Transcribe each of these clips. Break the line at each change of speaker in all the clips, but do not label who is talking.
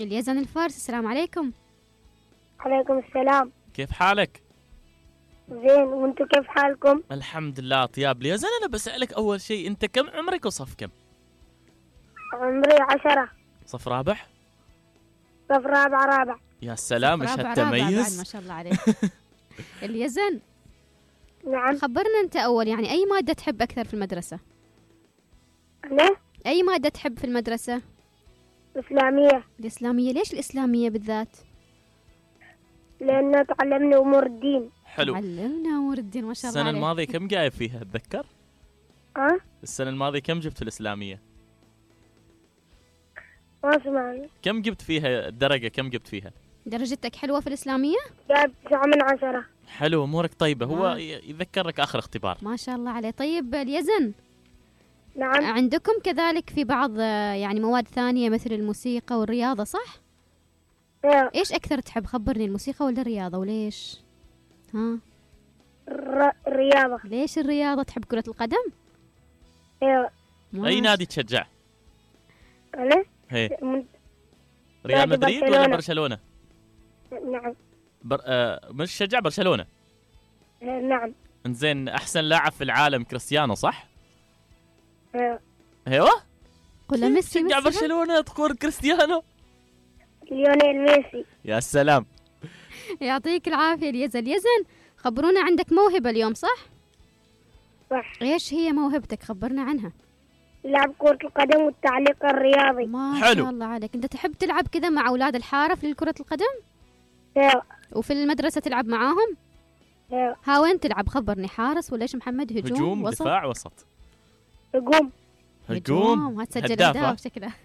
اليزن الفارس السلام عليكم
عليكم السلام
كيف حالك؟
زين وانتم كيف حالكم؟
الحمد لله طياب لي زين انا بسالك اول شيء انت كم عمرك وصف كم؟
عمري عشرة
صف رابح؟
صف رابع رابع
يا سلام ايش
رابع- رابع بعد ما
هالتميز
شاء الله عليك اليزن
نعم
خبرنا انت اول يعني اي ماده تحب اكثر في المدرسه
أنا
اي ماده تحب في المدرسه
إسلامية
الاسلاميه ليش الاسلاميه بالذات
لأن تعلمنا أمور الدين
حلو
علمنا امور الدين ما شاء الله
السنه
عليك
الماضيه كم جايب فيها اتذكر؟
أه؟
السنه الماضيه كم جبت في الاسلاميه؟
ما اسمعني
كم جبت فيها الدرجه كم جبت فيها؟
درجتك حلوه في الاسلاميه
جاب تسعة من عشرة
حلو امورك طيبه هو
واو.
ي- يذكرك اخر اختبار
ما شاء الله عليه طيب اليزن
نعم
عندكم كذلك في بعض آه، يعني مواد ثانيه مثل الموسيقى والرياضه صح
إيه.
ايش اكثر تحب خبرني الموسيقى ولا الرياضه وليش ها
الر- الرياضة
ليش الرياضه تحب كره القدم
إيه.
ما
اي
شاء-
نادي تشجع؟
أنا
هي
طيب،
من-
ريال
نادي
مدريد ولا
برشلونة.
برشلونه؟
نعم
بر... آه مش شجع برشلونه
إيه، نعم
انزين احسن لاعب في العالم كريستيانو صح؟
إيه.
ايوه
قل له ميسي
شجع
ميسي ها؟
برشلونه تقول كريستيانو
ليونيل ميسي
يا سلام
يعطيك العافيه اليزن اليزن خبرونا عندك موهبه اليوم صح
صح
ايش هي موهبتك خبرنا عنها
لعب كرة القدم والتعليق الرياضي
ما
حلو.
شاء الله عليك انت تحب تلعب كذا مع اولاد الحاره لكره القدم
إيه.
وفي المدرسه تلعب معاهم
إيه.
ها وين تلعب خبرني حارس ولا ايش محمد هجوم,
هجوم
وسط
دفاع وسط
هجوم
هجوم
هتسجل
هدافة.
اهداف شكله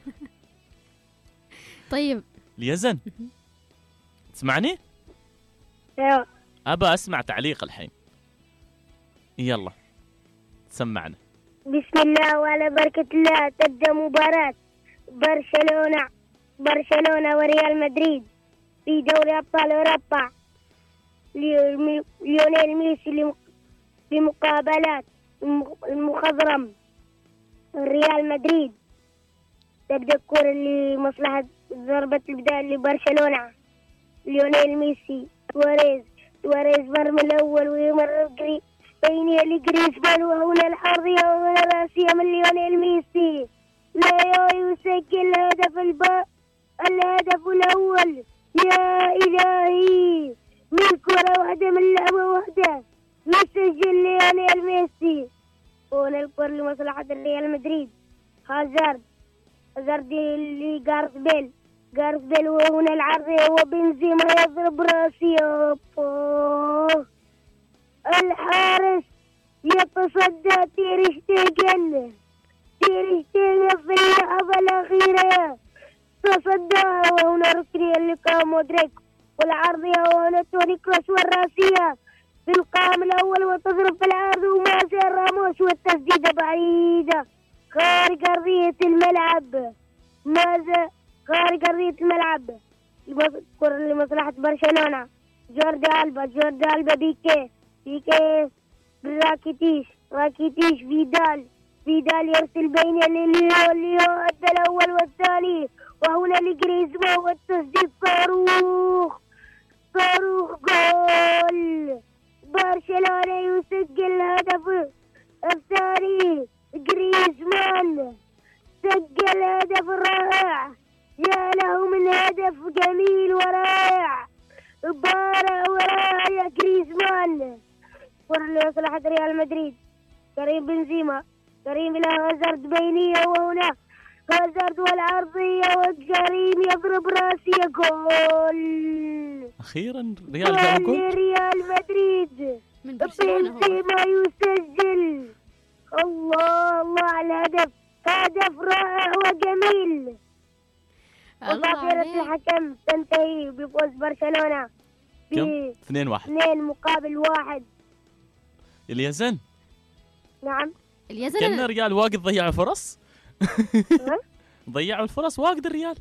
طيب
اليزن تسمعني؟
إيه.
ابى اسمع تعليق الحين يلا سمعنا
بسم الله وعلى بركة الله تبدأ مباراة برشلونة برشلونة وريال مدريد في دوري أبطال أوروبا ليو- ليونيل ميسي لم- لمقابلات الم- المخضرم ريال مدريد تبدأ الكرة لمصلحة ضربة البداية لبرشلونة ليونيل ميسي سواريز سواريز مرمى الأول ويمر جري بين يدي جريزمان وهنا العرضية وهنا الرأسية من ليونيل ميسي لا يسجل هدف الب... الهدف الأول يا إلهي من كرة واحدة من لعبة واحدة يسجل ليونيل ميسي هنا الكرة لمصلحة ريال مدريد هازارد هازارد لجارث بيل جارث بيل وهنا العرضية وبنزيما يضرب رأسية أوه. الحارس يتصدى تيرشتيجن تيرشتيجن في اللحظة الأخيرة تصدى وهنا ركنية لقاء مودريك والعرضية وهنا توني كروس والرأسية في القام الأول وتضرب في العرض ومارسيل راموس والتسديدة بعيدة خارج أرضية الملعب ماذا خارج أرضية الملعب كرة لمصلحة برشلونة جوردي ألبا جوردي ألبا بيكيه بيكيه راكيتيش راكيتيش فيدال فيدال يرسل بين ليو ليو أدى الأول والثاني وهنا لجريزمان والتصديق صاروخ صاروخ جول برشلونة يسجل الهدف الثاني جريزمان سجل هدف رائع يا له من هدف جميل ورائع بارع ورائع يا جريزمان كرة لمصلحة ريال مدريد كريم بنزيما كريم إلى هازارد بينية وهنا هازارد والعرضية وكريم يضرب راسية جول
اخيرا ريال جاب
جول
جول
لريال مدريد
من برشلونه هو
بنزيما يسجل الله الله على الهدف هدف رائع وجميل وتعطيلة
الله عليك.
الحكم تنتهي بفوز برشلونة
كم؟
ب
2 1
اثنين مقابل واحد
اليزن
نعم
اليزن
كان ريال واجد ضيعوا فرص
ها؟
ضيعوا الفرص واجد الريال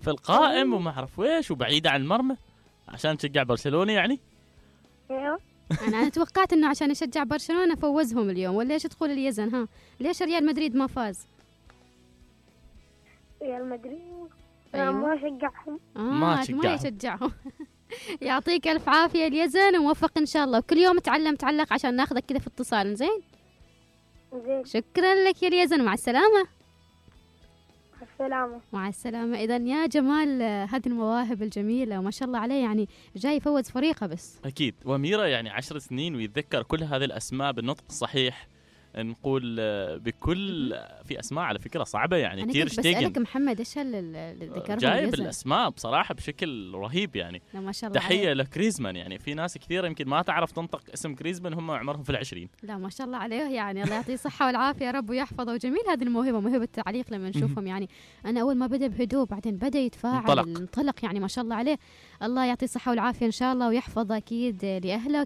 في القائم وما اعرف ويش وبعيده عن المرمى عشان تشجع برشلونه يعني
ايوه
انا انا توقعت انه عشان يشجع برشلونه فوزهم اليوم ولا ايش تقول اليزن ها ليش ريال مدريد ما فاز
ريال مدريد أنا
أيوة.
نعم، ما أشجعهم
آه
ما
أنت ما
تشجعهم.
يشجعهم يعطيك الف عافيه اليزن وموفق ان شاء الله وكل يوم تعلم تعلق عشان ناخذك كذا في اتصال زين
زين
شكرا لك يا اليزن مع السلامه
مع السلامة
مع السلامه اذا يا جمال آه، هذه المواهب الجميله وما شاء الله عليه يعني جاي يفوز فريقه بس
اكيد واميره يعني عشر سنين ويتذكر كل هذه الاسماء بالنطق الصحيح نقول آه، بكل في اسماء على فكره صعبه يعني
انا
تير
كنت بسالك
شتيجن
محمد ايش هال- اللي ذكرهم
جايب
اليزن؟
الاسماء بصراحه بشكل رهيب يعني
لا ما شاء الله عليه.
تحيه لكريزمان يعني في ناس كثيره يمكن ما تعرف تنطق اسم كريزمان هم عمرهم في العشرين
لا ما شاء الله عليه يعني الله يعطيه الصحة والعافية يا رب ويحفظه وجميل هذه الموهبة موهبة التعليق لما نشوفهم يعني أنا أول ما بدأ بهدوء بعدين بدأ يتفاعل
انطلق.
انطلق يعني ما شاء الله عليه الله يعطيه الصحة والعافية إن شاء الله ويحفظه أكيد لأهله